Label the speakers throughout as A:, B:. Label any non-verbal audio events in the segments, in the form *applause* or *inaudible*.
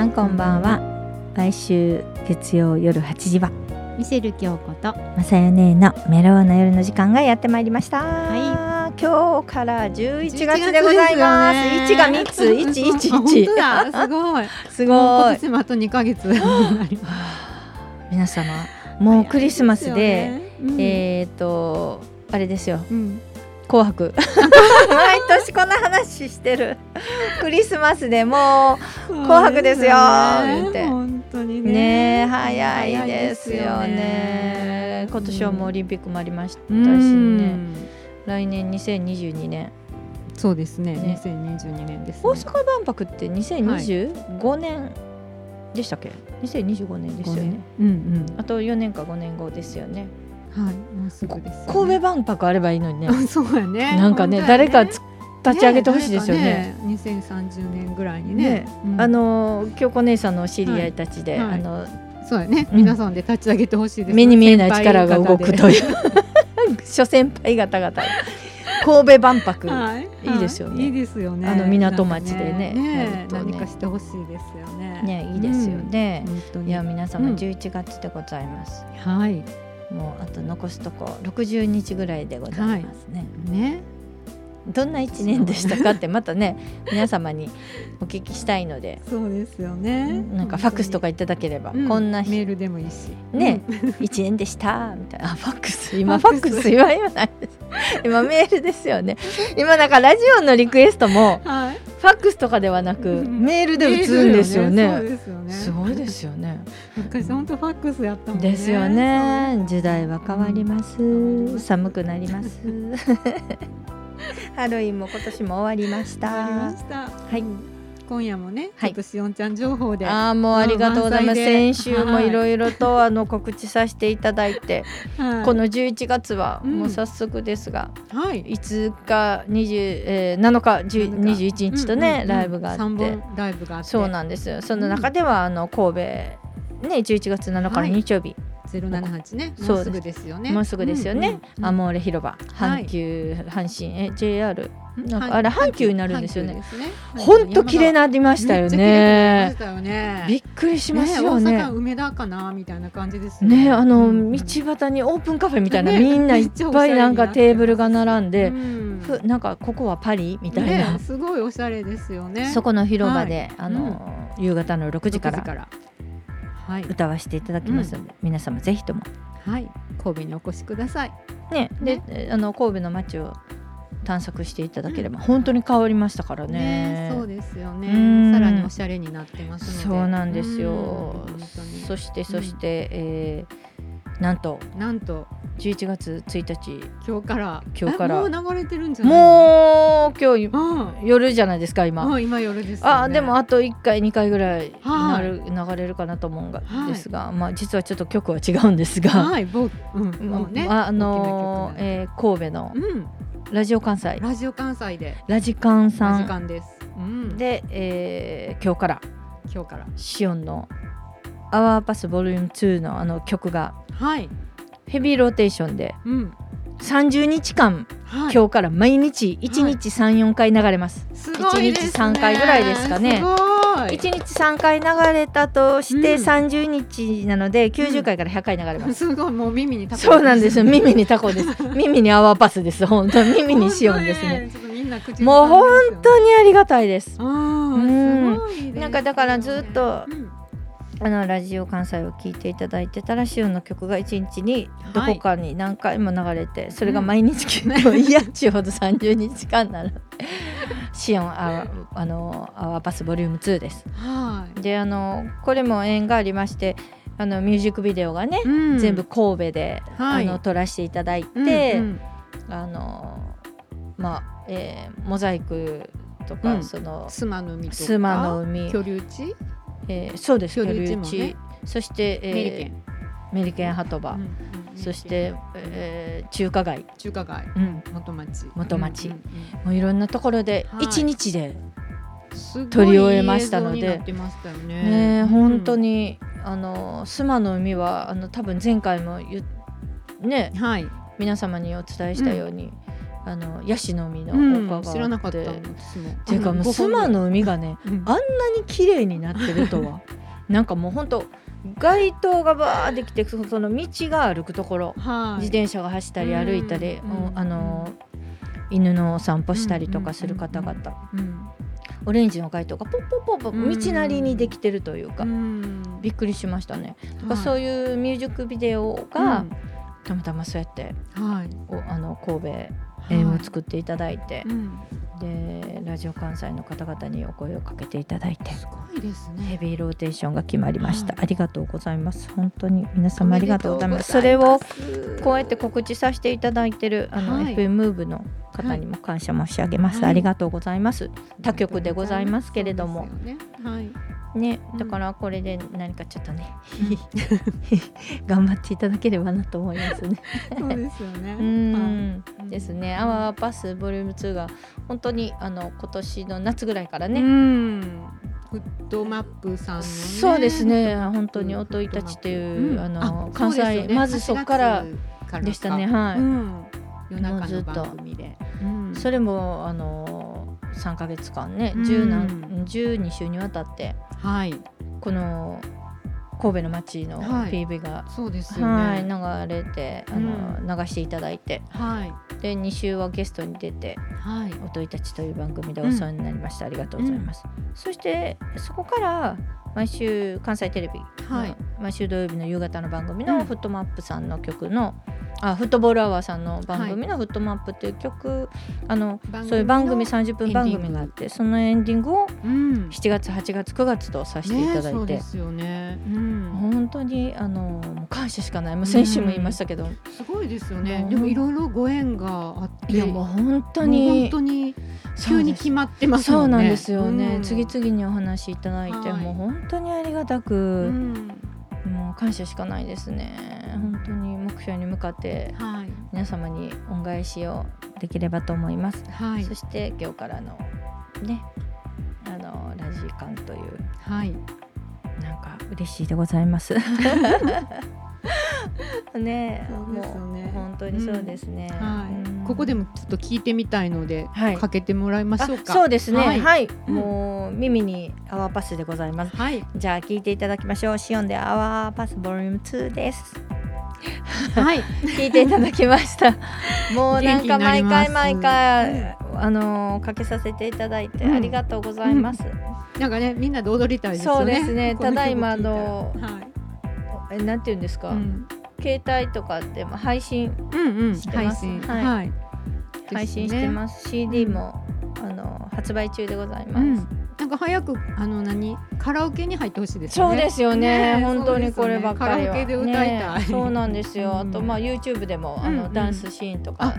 A: んこんばんは毎週月曜夜8時は
B: ミシェル京子と
A: まさよ姉のメローな夜の時間がやってまいりました、
B: は
A: 今日から11月でございます
B: 11
A: 1が3
B: 月
A: つ
B: *laughs* ですよ
A: 111
B: ねあ本当だすごい
A: *laughs* す
B: もう
A: ご
B: 今
A: い
B: 年もあと2ヶ月も
A: 皆様もうクリスマスで、
B: うん
A: えっ、とあれですよ
B: うん
A: 紅
B: *laughs*
A: 白毎年この話してるクリスマスでもう紅白ですよ言って
B: 本当にね
A: ねえ早いですよ
B: 早い
A: ね
B: ですよね
A: 今年はもうオリンピックもありましたし
B: う
A: ね、
B: ん
A: 来年2022年
B: そうですね
A: ね
B: 2022年ですね
A: 大阪万博って2025年でしたっけ、2025年ですよ
B: 五
A: ね
B: 年うん
A: あと4年か5年後ですよね
B: うんはいもうすぐですよ
A: 神戸
B: ね
A: 万博あればいいのにね
B: *laughs* そうや
A: *laughs*
B: ね
A: なんかね
B: 本当や
A: 誰かつ立ち上げてほしいですよね
B: ねえ誰かね2030年ぐらいにね
A: ね
B: うん
A: あのー京子姉さんのお知り合いたちで、
B: はいはい
A: あの
B: そうやね、
A: うん
B: 皆さんで立ち上げてほしいですね
A: 目に見えない力が動くと
B: 先
A: いう *laughs* 諸先輩方々神戸万博、
B: 輩方ではい
A: いいですよね
B: いいですよね
A: あの港町でねや
B: なんかねね
A: るとね
B: 何かしてほしいですよね
A: ねいいですよ、ね
B: うん、本当に
A: いや皆様
B: うん
A: 11月でございます、
B: はい
A: もうあと残すとこ60日ぐらいでございますね、
B: ね
A: どんな1年でしたかってまた
B: *laughs*
A: ね皆様にお聞きしたいので
B: そうですよね
A: なんかファックスとかいただければ、
B: 本当にうん
A: こんな
B: メ
A: 1
B: ールでもいいし
A: ね
B: うん
A: 年でしたみたいなあファックス今フ
B: フ
A: ァッ
B: ァッ
A: ク
B: クス
A: ス今言わないです今メールですよね今なんかラジオのリクエストも
B: はい
A: ファックスとかではなく
B: うん
A: メールで打つんですよ
B: そう
A: ね
B: ですよね
A: すごいですよね
B: 昔本当ファックスやったもんね
A: ですよね時代は変わります、
B: うん
A: 寒くなります *laughs* ハロウィンも今年も終わりまし
B: そうわかり
A: た
B: ました
A: はい
B: 今夜もね、
A: はい
B: ちょっとしおんちゃん情報で
A: ああもうありがとうございま
B: 満載
A: す。
B: で
A: 先週もいろいろとあの告知させていただいて、
B: はい
A: この11月は
B: うん
A: もう早速ですが、
B: はい
A: 5日20、えー7日10 21日とね、
B: うんうんうん
A: ライブがあ
B: 三
A: って、
B: 本ライブがあって
A: そうなんですよ。その中ではあの神戸ね11月7日の日曜日、
B: ゼロ七八ね
A: そう
B: も
A: です
B: うすぐですよね
A: もうすぐですよね。
B: うんうん
A: アモーレ広場、
B: はい
A: 阪急、阪神え JR
B: うん
A: なんか
B: はい
A: あれ阪急になるんですよね
B: 阪急です
A: ほんと綺麗になりましたよ
B: めっ
A: ね
B: ちゃ綺麗になりま。したよね
A: びっくりしますよ
B: ね
A: ね
B: え大阪梅田かなみたいな感じですよ
A: ねあの、
B: うん
A: 道端にオープンカフェみたいな、
B: ね
A: みんな
B: め
A: いっ
B: っちゃおし
A: ぱ
B: ゃれ
A: い
B: に
A: な
B: なっ
A: ん
B: てま
A: か
B: す
A: テーブルが並んで、
B: うん
A: ふなんかここはパリみたいな、
B: ねえすごいおしゃれですよね
A: *laughs* そこの広場で、
B: は
A: あの夕方の6時から
B: 6はい
A: 歌わせていただきますので、皆様ぜひとも
B: はい神戸にお越しください
A: ね
B: ね
A: であの神戸の街を探索していただければ、本当に変わりましたからね
B: ねえそうですよ
A: うん
B: ねさらにおしゃれになってますので
A: そうなんですよ、
B: うん本当に
A: そしてそして、えーなんと
B: なんと
A: 11月1日
B: 今日から
A: 今日から
B: えもう流れてるんじゃない
A: もう今日
B: うん
A: 夜じゃないですか今。
B: もう今夜ですよね
A: あでもあと1回2回ぐらいな
B: はい
A: る、流れるかなと思うんが、
B: はい
A: ですが、まあ、実はちょっと曲は違うんですが、
B: はい僕うん
A: ま
B: もうね
A: ああの
B: 大きな曲なんで
A: えー神戸の
B: うん
A: ラジオ関西
B: ラジオ関西で
A: ラジカンさ
B: ラジ
A: ん
B: カンですうん
A: で、えー今日から
B: 今日から
A: シオンの「アワーパスボリューム2のあの曲が
B: はい
A: ヘビーローテーションで
B: うん
A: 30日間、
B: はい
A: 今日から毎日1日34回流れます、
B: すごいです
A: 一日
B: ね
A: 三回ぐらいですかね
B: すごい
A: 1日3回流れたとして
B: うん
A: 30日なので90回から100回流れます、
B: すごいもう耳に
A: *laughs* そうなん
B: *laughs*
A: です。
B: 耳
A: 耳にタコです。耳にアワーパスです。本当耳にシオンですね。。
B: ちょっとみんな口ずさんで
A: もう本
B: すよ
A: 当にありがたいです。
B: ね。うんすごいですよね。
A: なんかだからずっと
B: うん
A: あのラジオ関西を聞いていただいてたらシオンの曲が一日にどこかに何回も流れて、それが毎日聞いても
B: *laughs*
A: いやっちゅうほど30日間なの。シオンアワーあのアワーパスボリューム2です。
B: は
A: であのこれも縁がありましてあのミュージックビデオがね、
B: い。うん
A: 全部神戸で、
B: はい
A: あの撮らせていただいて。
B: うんうん
A: あのまあ、えーモザイクとか、
B: うん
A: その
B: 妻の海とか
A: 須磨の海、
B: 居留地
A: えーそうです
B: 居留地もね
A: 居留地そして、えー
B: メリケン
A: メリケン波止場、
B: うんうん
A: そして、えー中華街、
B: 中華街
A: うん
B: 元町
A: 元町
B: うんうんうん
A: もういろんなところで
B: はい
A: 一、日です
B: ごい
A: 撮り終えましたので
B: 映像になってましたよね
A: ね、
B: うん
A: 本当にあの須磨の海はあの多分前回も言っね
B: はい
A: 皆様にお伝えしたように、あのヤシの海の
B: う
A: 丘があっ
B: ん、
A: て、
B: 知らなかった
A: っ
B: 私も
A: ていうかもう須磨の海がね
B: うん
A: あんなに綺麗になってると
B: *laughs*
A: はなんかもうほんと街灯がバーってきてそその道が歩くところ、
B: はい
A: 自転車が走ったり
B: うん
A: 歩いたり、
B: うん
A: おあの犬のお散歩したりとかする方々、
B: うん
A: オレンジの街灯がポッポッポッポ
B: うん
A: ッ道なりにできてるというか、
B: うん
A: びっくりしましたね、
B: はい
A: そういうミュージックビデオが、たまたまそうやって
B: うんはい
A: おあの神戸縁を
B: く、
A: 作っていただいて
B: う、ん、
A: でラジオ関西の方々にお声をかけていただいて
B: すごいですね
A: ヘビーローテーションが決まりました、
B: は
A: ありがとうございます本当に皆様ありがとうございます
B: おめでとうござい
A: そ
B: ます
A: れをこうやって告知させていただいてるあの、
B: はい
A: FM ムーブの方にも感謝申し上げます、
B: はい
A: ありがとうございます他局でございますけれども
B: そうですよねはい
A: ね
B: うん
A: だからこれで何かちょっとね、 *laughs* 頑張っていただければなと思い *laughs* ますね
B: そうですよ
A: *laughs*
B: ね
A: う
B: はい
A: ん
B: うん
A: ですねアワーパスボリューム2が本当にあの今年の夏ぐらいからね、
B: うんフットマップさんのね
A: そうですね本当に
B: うん
A: おといたちっていう、
B: うん
A: あの
B: あ
A: 関
B: そうです
A: 西
B: よね
A: まずそこから
B: 8月からか
A: でしたねはい、
B: うん夜
A: もう
B: 中
A: ずっ
B: の
A: と
B: 番組で、うん
A: それもあの3ヶ月間ね
B: うん
A: 10何12週にわたって
B: はい
A: この神戸の街の
B: はい
A: PV が、
B: そうですよ
A: はい
B: ね
A: 流れてあの、流していただいて
B: はい
A: で2週はゲストに出て
B: はい
A: 「おといたち」という番組でお世話になりました、ありがとうございます、そしてそこから毎週関西テレビ、
B: はい
A: 毎週土曜日の夕方の番組
B: う
A: の
B: ん
A: フットマップさんの曲の、あフットボールアワーさんの番組のフットマップっていう曲、あのそういう番組
B: ん
A: 30分
B: エン
A: 番
B: ディング
A: 組があってそのエンディングを
B: うん
A: 7月8月9月とさせていただ
B: ねそ
A: いうて、
B: ですよね、うん、
A: 本当にあのもう感謝しかないもう先週も言いましたけど、
B: すごいですよね
A: もう
B: でもいろいろご縁があって
A: いやもう本当
B: もう
A: に
B: 本当に
A: そう
B: 急に
A: です
B: 決まってます
A: そ
B: も
A: うん
B: ね
A: なんですよね、
B: うん
A: 次々にお話しいただいて、
B: はい
A: もう本当にありがた
B: う
A: く、
B: ん
A: もう感謝しかないですね本当に目標に向かって
B: はい
A: 皆様に恩返しをできればと思います、
B: はい
A: そして今日からのねあのラジカンという
B: はい
A: なんか嬉しいでござい *laughs* ますねえ
B: そうですよね
A: もう本当にそうですね、うん
B: はいここでもちょっと聞いてみたいので
A: はい
B: かけてもらいましょう
A: あ
B: か
A: そうですねは、
B: はいいうん
A: もう耳に泡パスでございます
B: はい
A: じゃあ聞いていただきましょう。シオンでアワーパスボリューム2です。
B: はい
A: 聞いていただきま *laughs* した。もうなんか毎回毎回あのーかけさせていただいて
B: うん
A: ありがとうございます。
B: なんかねみんなで踊りたいですよね
A: そうですね
B: この曲
A: ただいま
B: 聞いら
A: の
B: はい
A: えなんて言うんですか、
B: うん
A: 携帯とかでも配信
B: うんうん
A: してま
B: 配
A: す
B: 信
A: はい
B: い
A: 配信して
B: すね
A: ます。CD も、あのー発売中でございます。
B: うんなんか早くあの何カラオケに入ってほしいですよ
A: そう
B: ね
A: ですよね
B: ねえ
A: 本当にこればっかりは、
B: そうですよねカラオケで歌いた
A: ね
B: い
A: えそうなんですよ、
B: うん
A: あとまあ YouTube でもあ
B: うん
A: の
B: うん
A: ダンスシーンとか
B: あ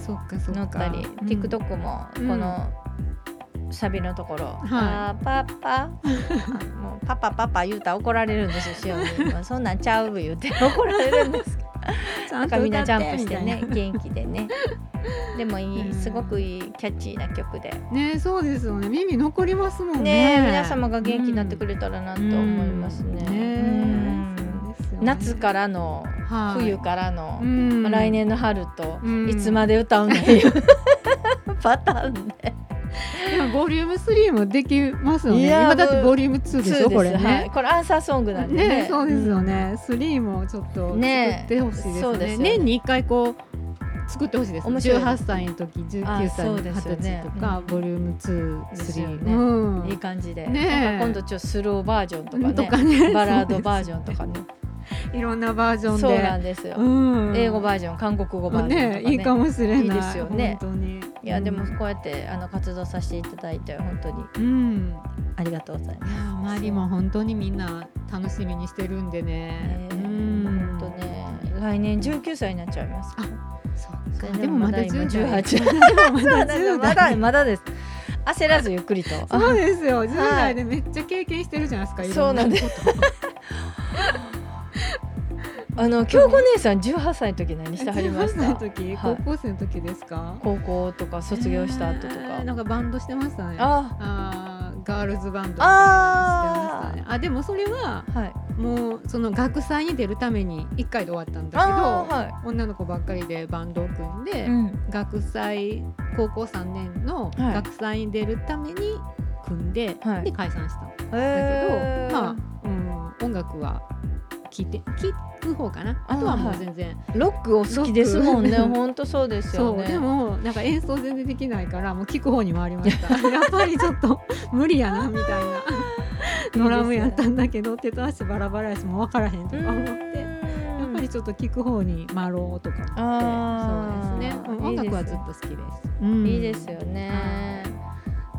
B: そっかそっか
A: 乗ったり、
B: うん
A: TikTok も
B: うん
A: このサビのところ「
B: い
A: あーパパ」あ
B: *laughs*
A: もうパパパパ」言うたら怒られるんですよ塩見まあそんなんちゃう」言うて怒られるんですけ
B: *laughs*
A: ど
B: ち
A: な
B: ゃ
A: ん
B: ん
A: か
B: と
A: みんなジ
B: 歌
A: ャン
B: っ
A: プしてね
B: み
A: 元気で
B: *laughs*
A: ねでもいい、
B: うん
A: すごくいいキャッチーな曲で。
B: たいなねそうですよね耳残りますもん
A: ね
B: ね
A: え皆様が元気になってくれたらなと思いますね。
B: うん
A: う
B: ね
A: ん
B: えそうですよね
A: 夏からの
B: はい
A: 冬からの、
B: うん
A: まあ来年の春と、
B: うん
A: いつまで歌うの
B: *laughs*
A: いうパターンで
B: でもボリューム3もできますよ
A: い
B: ね
A: や
B: 今だってボリューム2でしょこれね、
A: はい、これアンサーソングなんで
B: ね
A: ね
B: そうですよね、3もちょっと作っ
A: ね
B: てほしいですね
A: そうですよね
B: 年に1回こう作ってほしいです
A: 面白い
B: 18歳の時19歳
A: あ
B: の
A: そう
B: 時
A: です
B: 20
A: よね
B: 歳とか、
A: うん
B: ボリューム2
A: ですよ
B: 3、
A: ね
B: うん
A: いい感じで、
B: ねえ
A: なんか今度ちょっとスローバージョンとかね
B: とかね
A: バラードバー
B: ジ
A: ジョンとかね
B: ョンいろんなバージョンで
A: そうなんですよ、
B: うん
A: 英語バージョン韓国語バージョンとかね
B: ねいいかもしれない
A: いいですよね
B: 本当に
A: いやでも
B: うん
A: こうやってあの活動させていただいて本当に
B: うん、いや
A: ありがとうございます。
B: 周りも本当にみんな楽しみにしてるんで
A: ね
B: ね、うん
A: 本当ね来年19歳になっちゃいます。
B: そう
A: それ
B: かでもまだ
A: 今
B: 10
A: 18
B: ま *laughs* だ10代
A: まだまだです。焦らずゆっくりと。
B: そうですよ、10代でめっちゃ経験してるじゃないですか、いろ
A: そうなんで
B: こと
A: あの京子姉さん18歳の時何してはりまし
B: 18歳
A: *laughs* た
B: の。時、
A: はい
B: 高校生の時ですか
A: 高校とか卒業した後とか。
B: えーなんかバンドしてましたね
A: あ
B: あーガールズバンドみたいな
A: あ
B: のしてましたねあでもそれは
A: ーはい
B: もうその学祭に出るために1回で終わったんだ
A: あーは
B: けど女の子ばっかりでバンドを組んで、
A: い、うん、
B: 学祭高校3年の
A: はい
B: 学祭に出るために組んで、
A: はい
B: で解散したんだけど、
A: えー
B: まあ、うん、音楽は聴いて聴く方かな
A: あー
B: あとはも
A: は
B: う
A: い
B: 全然、
A: ロックお好きですもんね
B: ロック
A: 本当そうです
B: そ
A: よ
B: う、
A: ね
B: でもなんか演奏全然できないからもう聴く方に回りました *laughs* やっぱりちょっと無理やなみたいなドラムやったんだけど手と足バラバラやしもう分からへんとか思って。やっぱりちょっと聞く方に回ろうとか思って
A: あー
B: そうですねうん音
A: いいですね
B: 楽はずっと好きです、
A: うん
B: うん
A: いいですよね、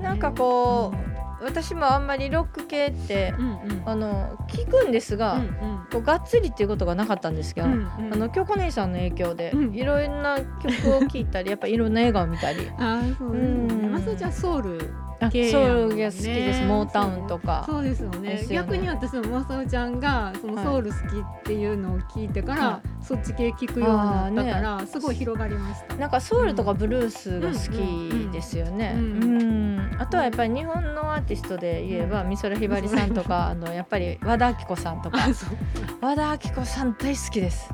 A: なんかこう私もあんまりロック系って
B: うんうん
A: あの聞くんですが、
B: うん
A: こうがっつりっていうことがなかったんですけ
B: う
A: ど、
B: んうん
A: あの京子姉さんの影響で、
B: うん
A: いろんな曲を聴いた
B: *laughs*
A: りやっぱいろんな映画を見たり
B: あーそうです
A: う
B: ね
A: ん
B: まあそれじゃあソウル
A: あ
B: 系
A: ソ
B: やも
A: ウ
B: んね
A: ルが好きですモータウンとか
B: そうですよね
A: ですよね
B: 逆に私もまさおちゃんがそ
A: は
B: の
A: い
B: ソウル好きっていうのを聞いてから、
A: は
B: そっち系聞くようになったから、すごい広がりました
A: なんかソウルとかブルースが好きですよね。う
B: うんんうん
A: あとはやっぱり日本のアーティストで言えば美空ひばりさんとかあのやっぱり和田アキ子さんとか
B: あ *laughs* そう
A: 和田アキ子さん大好きです。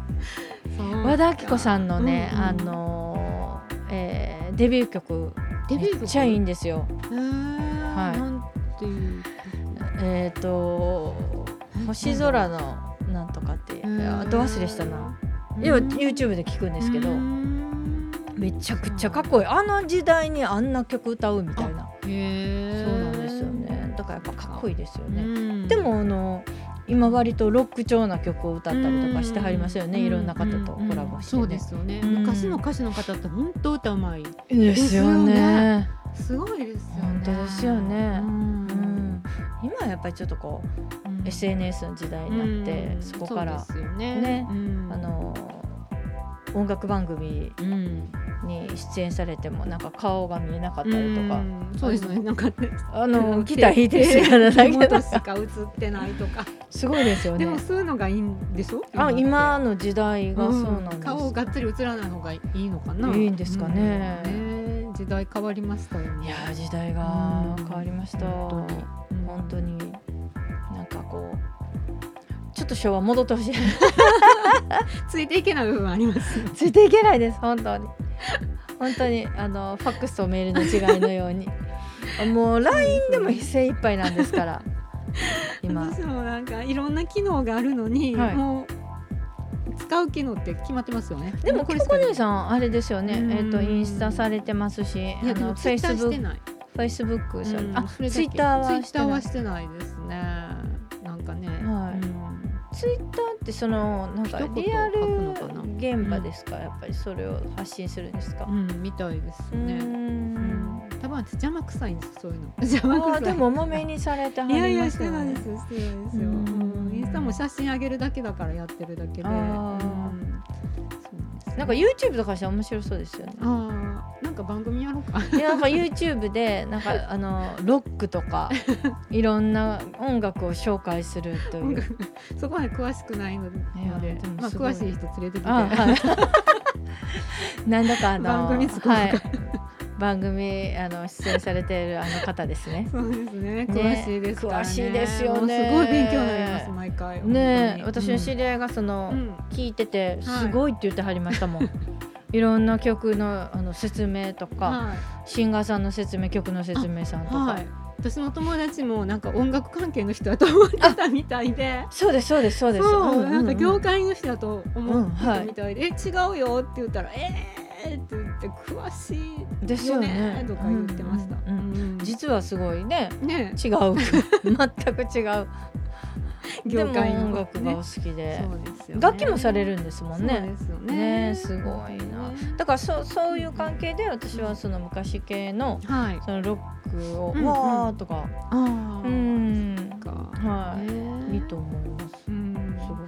B: そう
A: 和田アキ子さんのね、
B: うんうん
A: あのーえーデビュー曲
B: デビュー曲
A: めっちゃいいんですよ。
B: えー
A: はい
B: なんていう
A: えっ、と星空のなんとかっていう
B: うん
A: あと忘れしたな。要は YouTube で聞くんですけど。めちゃくちゃかっこいいあの時代にあんな曲歌うみたいな
B: へえ
A: そうなんですよねだからやっぱかっこいいですよね、
B: ね
A: でもあの今割とロック調な曲を歌ったりとかしてはりますよね、いろんな方とコラボして、ね
B: そうですよね、
A: うん
B: 昔の歌手の方って本当歌うまい
A: ですよ
B: ですよ
A: ね
B: すごいですよね
A: 本当ですよね
B: う
A: う
B: ん
A: ん、今はやっぱりちょっとこう、
B: うん
A: SNS の時代になって、
B: うん
A: そこから
B: そうですよね
A: ね
B: うん
A: あの音楽番組
B: うん
A: に出演されてもなんか顔が見えなかったりとか、
B: うんそうですよねなんかね
A: あのギター弾いてる
B: *laughs*
A: 姿だ
B: 手
A: けど
B: 元しか映ってないとか
A: すごいです *laughs* よね
B: でもそういうのがいいんでしょ
A: あ
B: って
A: 今の時代がそうなんです、
B: うん顔がっつり映らない方がいいのかない
A: いんですかね
B: うんね時代変わりました
A: い
B: よね
A: やー時代が変わりました、
B: 本当に
A: 本当になんかこうちょっと昭和戻ってほしい
B: ついていけない部分ありますよ
A: ついていけないです本当に本当にあのファックスとメールの違いのよう
B: *laughs*
A: にあもう LINE でも精一杯なんですから今
B: 私もなんかいろんな機能があるのに、
A: はい
B: もう使う機能って決まってますよね
A: でも
B: こ
A: こ
B: れ
A: れ
B: しか
A: 小
B: ない
A: 姉さんあれですよね
B: うん
A: えっ、とインスタされてますし
B: いや
A: あ
B: でも
A: のフ
B: ツ
A: ェ
B: イ
A: イ
B: ッ
A: ス
B: ター
A: ブ
B: して
A: ック
B: ない
A: フェイスブックさ、
B: うんん
A: あ
B: それだ
A: ツ
B: け
A: イッターはして
B: ツイッター
A: な
B: はいしてないですねなんかね、
A: はいツイッターってそのなんか
B: 一言
A: リアル
B: 書くのかな
A: 現場ですか、やっぱりそれを発信するんですか
B: う。ん、うん、みたいですね、
A: うーん
B: 多分私邪魔くさいんですそういうの *laughs* 邪
A: あ
B: 魔くさ
A: ー
B: い
A: でももめにされてはい
B: やい
A: り
B: や
A: ま
B: し
A: す
B: て
A: よ
B: ない
A: ね
B: で。すよしてないですよ、
A: うん
B: うんインスタも写真あげるだけだからやってるだけで、
A: あー
B: うんそうですね
A: なんか YouTube とかして面白そうですよね。
B: あーなんか番組やろうか
A: いやなんか YouTube でなんかあのロックと
B: *laughs*
A: かいろんな音楽を紹介するとい
B: 音
A: う。
B: 楽 *laughs* そこまで詳しくないので
A: いやでも
B: まあ、
A: すごい
B: 詳しい人連れてきて
A: あはい。 *laughs* なんだかあの
B: 番組作ろうか
A: はい。番組あの出演されているあの方です
B: *laughs*
A: ね。
B: *laughs* そうですね
A: ね
B: 詳しいですからね
A: 詳しいですよね
B: もうすごい勉強になります毎回
A: ねえ私の知
B: り
A: り合いがその、
B: うん
A: 聞いてて
B: はい
A: すごいって言ってはりました
B: *laughs*
A: もん、い、ろんな曲のあの説明とか、
B: はい
A: シンガーさんの説明曲の説明さんとか、
B: はい私の友達もなんか音楽関係の人だと思ってたみたいで
A: そうですそうですそうです
B: そう、
A: んんん
B: なんか業界の人だと思って
A: うんは
B: た
A: い
B: みたいで、え違うよって言ったらええー、って言って詳しい
A: ですよ
B: よ
A: ね
B: ねとか言ってました、
A: うんうんうん
B: うん
A: 実はすごいね
B: ね
A: 違う
B: *laughs*
A: 全く違うで
B: 業
A: も
B: 界の
A: 音楽がお
B: ね
A: 好きで、
B: そうですよね
A: 楽器もされるんですもん
B: そう
A: ね
B: ですよね
A: ねすごいなだからそうそういう関係で私はその昔系の
B: はい
A: そのロックを、
B: うんうん
A: わーとか
B: ああ
A: うん
B: か
A: はい、
B: ね
A: いいと思います。す
B: うん
A: ごく。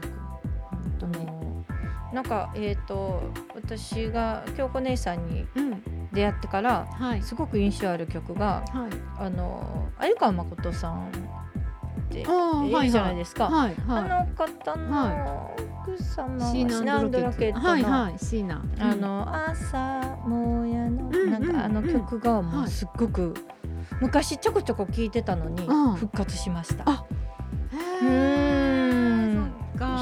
A: あのなんかえっ、と私が京子姉さんに
B: うん
A: 出会ってから
B: はい
A: すごく印象ある曲が
B: はい
A: あの鮎川誠さんって
B: あー
A: いるじゃないですか。
B: はい
A: あ
B: はい
A: の方の奥様はシ
B: シー
A: ナ
B: ナ
A: ンド
B: ド
A: ロ
B: ロ
A: ケ
B: ケ
A: ッ
B: ッ
A: ト
B: ト
A: の、
B: はいはいシーナ
A: あの朝もやの
B: うん
A: なんかあの
B: うんうん
A: 曲がも
B: は
A: う
B: い
A: すっごく昔ちょこちょこ聞いてたのに
B: うん
A: 復活しました。
B: あ
A: うーん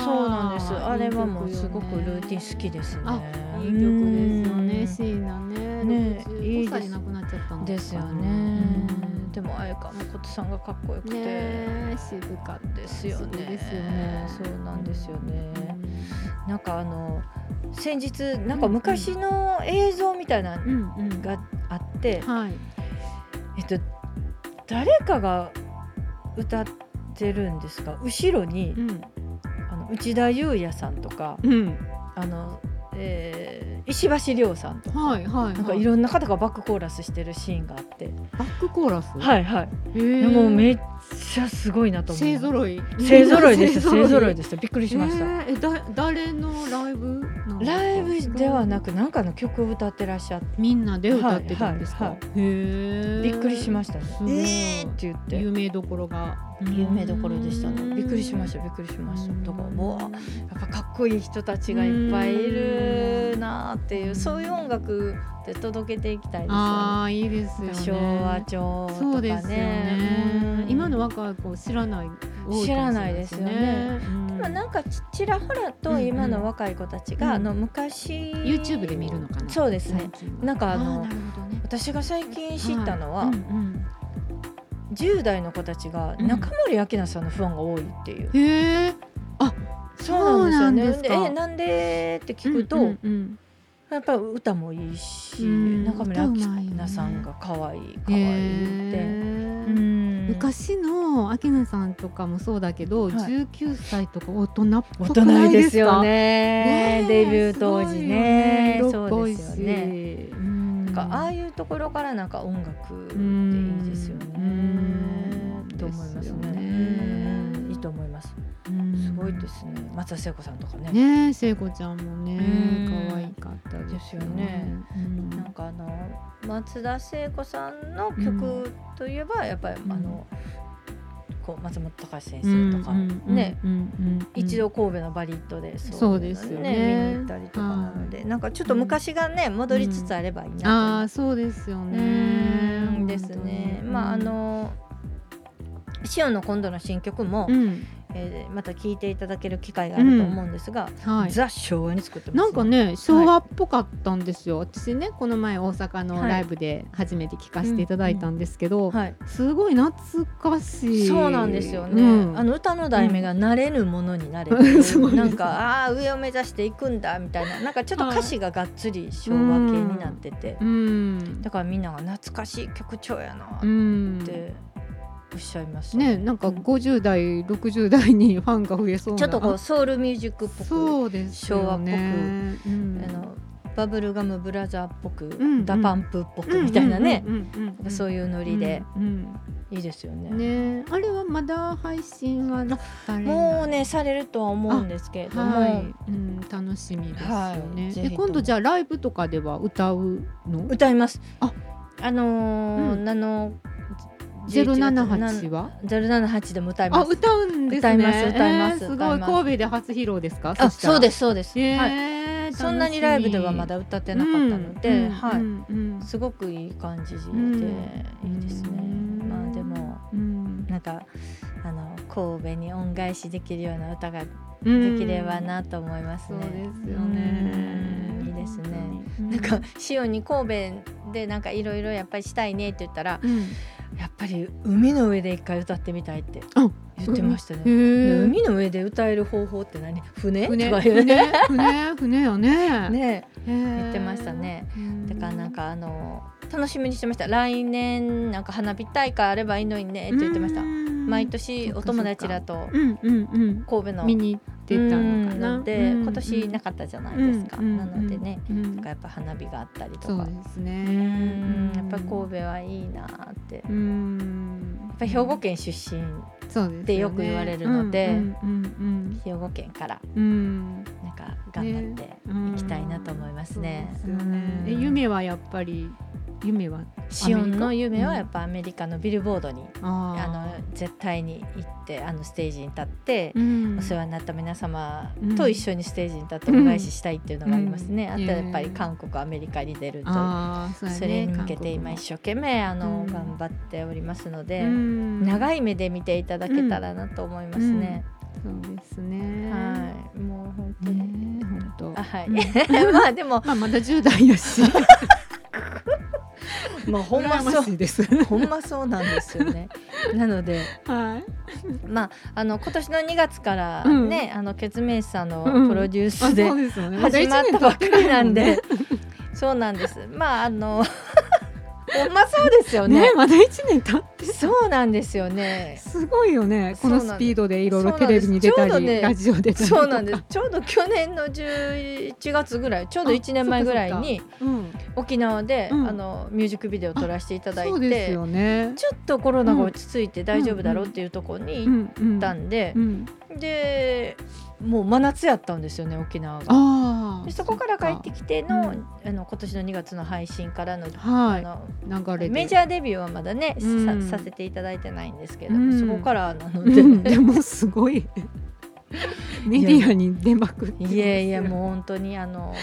A: そうなんです。あれはもうすごくルーティン好き
B: で
A: ですね。
B: あいい曲ですよね。シ
A: ね。
B: ーナね。
A: ね
B: 65歳で亡くなっちゃったのかな。
A: ですよ
B: う
A: ね。
B: ん
A: でも綾川のことさんがかっこよくて。
B: ね渋かった
A: ですよ
B: すご
A: ね
B: いですよね
A: そうなんですよね。
B: う
A: なんかあの先日なんか昔の映像みたいなの
B: んうんうん
A: があって、
B: はい
A: えっと誰かが歌ってるんですか後ろに、
B: うん
A: あの内田裕也さんとか
B: うん
A: あの、えー石橋亮さんとか、
B: はいはい
A: なんかいろんな方がバックコーラスしてるシーンがあって、
B: バックコーラス
A: はいはい、
B: いで
A: もうめっちゃすごいなと思う
B: 勢ぞろい
A: 勢ぞろいでした勢ぞろい
B: で
A: でしたびっくりしました、
B: えーえだ誰のライブなんですか
A: ライブではなくなんかの曲を歌ってらっしゃって
B: みんなで歌ってたんですか、
A: はいは
B: へえ
A: びっくりしましたね
B: ごい
A: えーって言って
B: 有名どころが
A: 有名どころでしたねびっくりしましたびっくりしましたとかうわやっぱかっこいい人たちがいっぱいいるなっていううんそういう音楽で届けていきたいですよ
B: ああーいいですよね
A: ね昭和調
B: そ
A: とか
B: うですよ
A: ね
B: ね今の
A: は
B: 若い子知らない多
A: 知
B: からもしれ
A: ないですよね
B: うん
A: なんかちちらほらと今の若い子たちがあ
B: うん
A: の昔
B: YouTube で見るのかな
A: そうですね
B: 最近は
A: なんかあの
B: ーなるほどね
A: 私が最近知ったのは
B: うんうん
A: 10代の子たちが中森明菜さんのファンが多いっていう
B: へえ
A: そうなんですよね。
B: そう
A: でえ
B: な
A: なんでって聞くと、
B: うんうん
A: やっぱ歌もいいし、
B: うん
A: 中村明菜さんが可愛い可
B: うん
A: 愛いって、
B: へ
A: う
B: ー
A: ん、
B: 昔の明菜さんとかもそうだけ
A: は
B: ど、
A: い
B: 19歳とか大人っ
A: 大
B: ぽ
A: 人
B: くないで
A: ですす
B: か
A: よね
B: ねえ
A: デビュー当時ね
B: す
A: そ
B: ご
A: う
B: いよね色っぽい
A: で
B: し
A: すよね。
B: うん
A: なんかああいうところからなんか音楽っていいですよね
B: うん
A: と思います
B: ですよ
A: ね
B: ね
A: うんいいと思います
B: うん
A: すごいですね松田聖子さんとかね
B: ねえ聖子ちゃんもね
A: うん
B: 可愛かったですよね
A: で。なんかあの松田聖子さんの
B: う
A: 曲といえば、やっぱり、
B: うん
A: あのこう松本隆先
B: うん
A: 生とか、ね、
B: うんうんうん
A: 一度神戸のバリットでそう
B: そうですよね
A: 見に行ったりとかなので、なんかちょっと昔がね戻りつつあればいい
B: あ
A: な
B: あそうですよ
A: と、う
B: ね
A: ん、
B: 本当に
A: ですね。まああのシオンの今度の新曲も、
B: うん
A: えーまた聴いていただける機会があると思うんですが、
B: はい
A: ザ昭和に作ってます、
B: なんかね昭和っぽかったんですよ、私ねこの前大阪のライブで初めて聞かせていただいたんですけど、
A: はい、
B: すごい懐かしい
A: そうなんですよね、
B: うん
A: あの歌の題名が「慣れぬものになれ」
B: うん *laughs* すごいです
A: なんかああー上を目指していくんだみたいななんかちょっと歌詞ががっつり昭和系になってて、
B: うん
A: だからみんなが懐かしい曲調やな
B: う
A: っ
B: ん
A: ておっしゃいます
B: ねなんか50代60代にファンが増えそうな
A: ちょっとこうソウルミュージックっぽく、
B: そうですよねうん
A: あのバブルガムブラザーっぽく、
B: ん
A: ダパンプっぽくみたいなね、
B: うんうんうんうん
A: そうういうノ
B: ノ
A: リで、、
B: うん
A: いいですよね
B: うんねあれはまだ配信はされない
A: もうねされるとは思うんですけれども、
B: はい、うん、楽しみですよね。
A: はい
B: で
A: ぜひとも
B: 今度じゃあライブとかでは歌うの？
A: 歌います。
B: あ
A: あのー
B: う
A: あの
B: ゼロ七八
A: は
B: は？
A: ゼロ七八でも歌い
B: あ、
A: ます。
B: 歌うんです
A: 歌
B: ね。
A: います歌います
B: えーす
A: 歌
B: ご
A: い
B: い
A: ます
B: 神戸で初披露ですか？。
A: あそうですすそうです。
B: え
A: はい。
B: ー
A: そんなにライブではまだ歌ってなかったので、はい、
B: うんうん
A: すごくいい感じで、
B: ん
A: いいですね
B: うん。
A: まあでも
B: うん
A: なんかあの神戸に恩返しできるような歌がで
B: うん
A: きればなと思います
B: そう
A: ね。
B: ですよね
A: う。んいいですね。
B: 本当に。
A: なんかシオンに神戸でなんかいろいろやっぱりしたいねって言ったら
B: うん、
A: *laughs* やっぱり海の上で一回歌ってみたいって
B: あ
A: 言ってましたね。で
B: へー
A: 海の上で歌える方法って何船
B: 船
A: とか言うね
B: 船船船よ
A: *laughs*
B: ね。
A: ね
B: 言
A: 言ってました。ね。だからなんかあの楽しみにしてました来年なんか花火大会あればいいのにねって言ってました毎
B: 毎
A: 年お友達らと
B: うんうんうん
A: 神戸の
B: 見に行ってたのか
A: う
B: なん
A: で今年なかったじゃないですか
B: うん
A: なのでね
B: うん
A: なんかやっぱ花火があったりと
B: そう
A: か
B: です
A: うん
B: ね
A: やっぱ神戸はいいなってやっ
B: うん
A: ぱ兵庫県出身
B: そうですね
A: ってよく言われるので
B: うんうん
A: 兵庫県から
B: うんうん
A: なんか頑張って
B: うん
A: 行きたいなと思いますね
B: そうですよね
A: う
B: え
A: ん
B: 夢はやっぱり夢は
A: シオンの夢はやっぱアメリカのビルボードに、
B: あー
A: あの絶対に行ってあのステージに立って、
B: うん
A: お世話になった皆様と一緒にステージに立ってお返ししたいっていうのがありますね、
B: うん
A: あとはやっぱり韓国アメリカに出るという
B: あーそうやね
A: それに向けて今一生懸命あの、
B: うん
A: 頑張っておりますので、
B: 長い
A: 長い目で見ていただけたらなと思いますね。
B: そうですね。
A: はい、もう本当
B: ね
A: に。
B: 本当。
A: あはい、
B: うん
A: *laughs* まあでも
B: まあまだ10代やし、
A: *laughs* まあほんま
B: 羨
A: そう
B: しいです。
A: ほんまそうなんですよね。なので
B: はい。
A: まああの今年の2月からね、あのケツメイシさんのプロデュー
B: あ、
A: スで
B: そうですよね。
A: 始まったばっかりなんで、
B: まだ一年経ってないもんね。
A: そうなんです。まああのほんまそうですよね
B: ね、まだ1年経って。
A: そうなんですよね。
B: すごいよね。この
A: そうなん
B: ス
A: です
B: ピードでいろい
A: そ
B: ろ
A: うな
B: テ
A: んで
B: レ
A: す
B: ビに出た
A: ちょうど
B: り、
A: ね
B: ラジオ出たり。
A: そうなんです。ちょうど去年の11月ぐらい、ちょうど1年前ぐらいに
B: す。うん。
A: 沖縄で、
B: うん
A: あのミュージックビデオを撮らせていただ
B: そ
A: いう
B: です
A: て、
B: よね。
A: ちょっとコロナが落ち着いて大丈夫だろうっていうところに行
B: んう
A: っ
B: ん
A: たんで
B: う、ん。
A: で、もう真夏やったんですよね沖縄が。
B: ああ。
A: でそこから帰ってきて
B: そ
A: の
B: っか
A: あの今年の2月の配信からの。あ
B: は
A: の
B: い。流れで。
A: メジャーデビューはまだね、
B: うん
A: ささせていただいてないんですけど、
B: うん
A: そこからなので、
B: *laughs* うんでもすごいメディアに出まくってます
A: いやいやもう本当にあの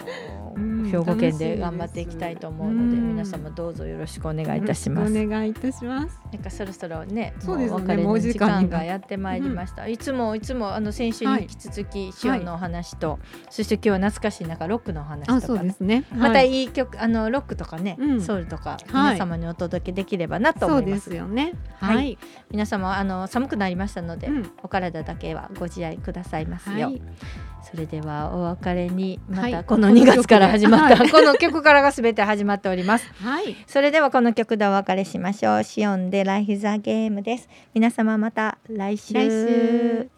A: ー
B: うん
A: 兵庫県で頑張っていきたいと思うので
B: 楽しみ
A: 皆
B: です
A: 様どうぞよろしくお願いいたします。
B: お願いいたします。
A: なんかそろそろね、
B: そうです
A: も
B: ね
A: お別れ
B: も
A: の
B: う時
A: 時
B: 間
A: 間
B: に
A: がやってまいりました。いつもいつもあの先週に引き続きシオンのお話と、そして今日は懐かしい中ロックのお話
B: あ、
A: と
B: そう
A: か
B: で
A: ね。
B: すね。
A: また
B: はい
A: い曲あのロックとかね、
B: うん
A: ソウルとか
B: はい
A: 皆様にお届けできればなと
B: そ
A: 思い
B: う
A: ま。
B: ですすよね。
A: はい
B: はい。
A: 皆様あの寒くなりましたので、
B: うん
A: お体だけはご自愛くださいますよ。
B: はい
A: それではお別れにま
B: は
A: た
B: い
A: この2月から始まった、
B: は
A: この曲からが全て始まっております
B: はい。
A: それではこの曲でお別れしましょうシオンでライフザゲームです皆様また来週
B: 来週